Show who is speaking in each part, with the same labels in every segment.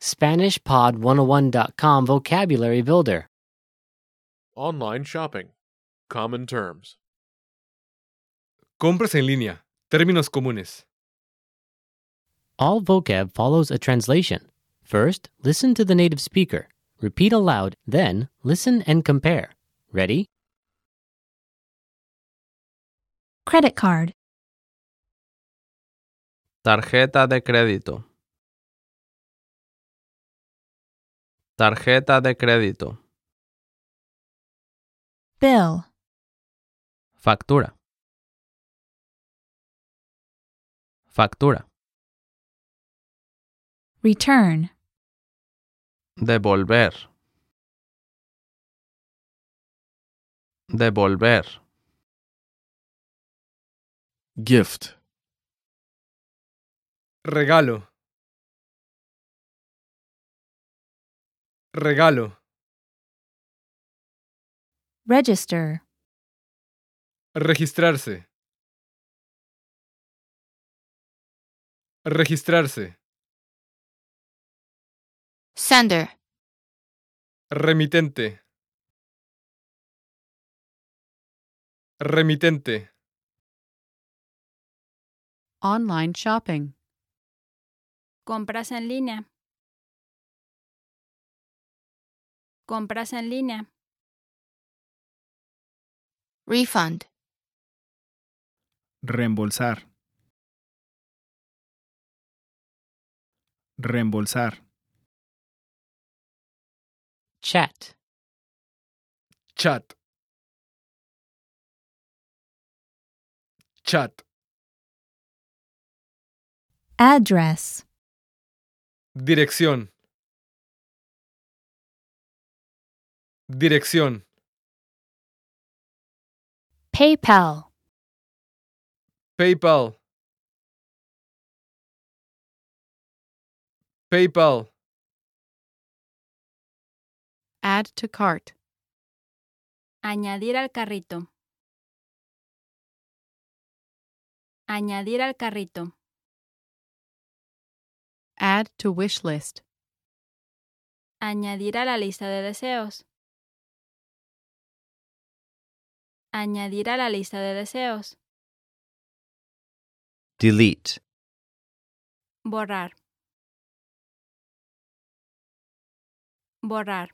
Speaker 1: SpanishPod101.com Vocabulary Builder.
Speaker 2: Online shopping. Common terms.
Speaker 3: Compras en línea. Términos comunes.
Speaker 1: All vocab follows a translation. First, listen to the native speaker. Repeat aloud, then, listen and compare. Ready?
Speaker 4: Credit card.
Speaker 5: Tarjeta de crédito. Tarjeta de crédito.
Speaker 4: Bill.
Speaker 5: Factura. Factura.
Speaker 4: Return.
Speaker 5: Devolver. Devolver.
Speaker 6: gift,
Speaker 3: Regalo. Regalo.
Speaker 4: Register.
Speaker 3: Registrarse. Registrarse.
Speaker 7: sender,
Speaker 3: Remitente. Remitente.
Speaker 8: Online shopping.
Speaker 9: Compras en línea. Compras en línea.
Speaker 7: refund,
Speaker 10: reembolsar, reembolsar,
Speaker 1: Chat.
Speaker 3: Chat. Chat.
Speaker 4: Address.
Speaker 3: Dirección. Dirección.
Speaker 4: PayPal.
Speaker 3: PayPal. PayPal.
Speaker 8: Add to cart.
Speaker 9: Añadir al carrito. Añadir al carrito.
Speaker 8: Add to wish list.
Speaker 9: Añadir a la lista de deseos. Añadir a la lista de deseos.
Speaker 11: delete,
Speaker 9: Borrar. Borrar.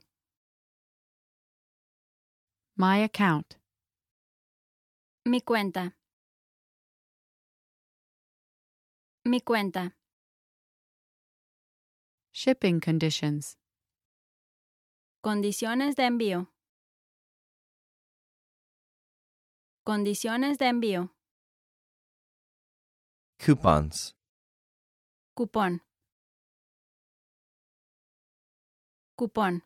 Speaker 8: My account.
Speaker 9: Mi cuenta. Mi cuenta.
Speaker 8: Shipping conditions.
Speaker 9: Condiciones de envío. Condiciones de envío.
Speaker 11: coupons,
Speaker 9: Cupón. Cupón.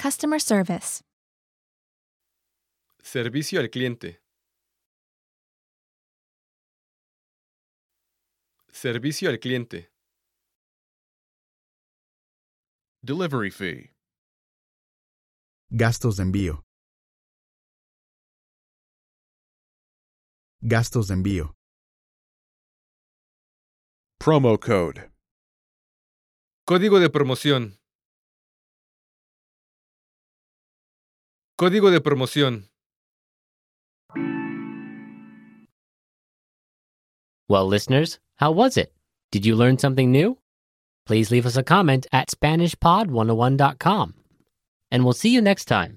Speaker 4: Customer service.
Speaker 3: Servicio al cliente. Servicio al cliente.
Speaker 2: Delivery fee.
Speaker 12: Gastos de envío. Gastos de envío.
Speaker 2: Promo code.
Speaker 3: Código de promoción. Código de promoción.
Speaker 1: Well, listeners, how was it? Did you learn something new? oh Please leave us a comment at SpanishPod101.com. And we'll see you next time.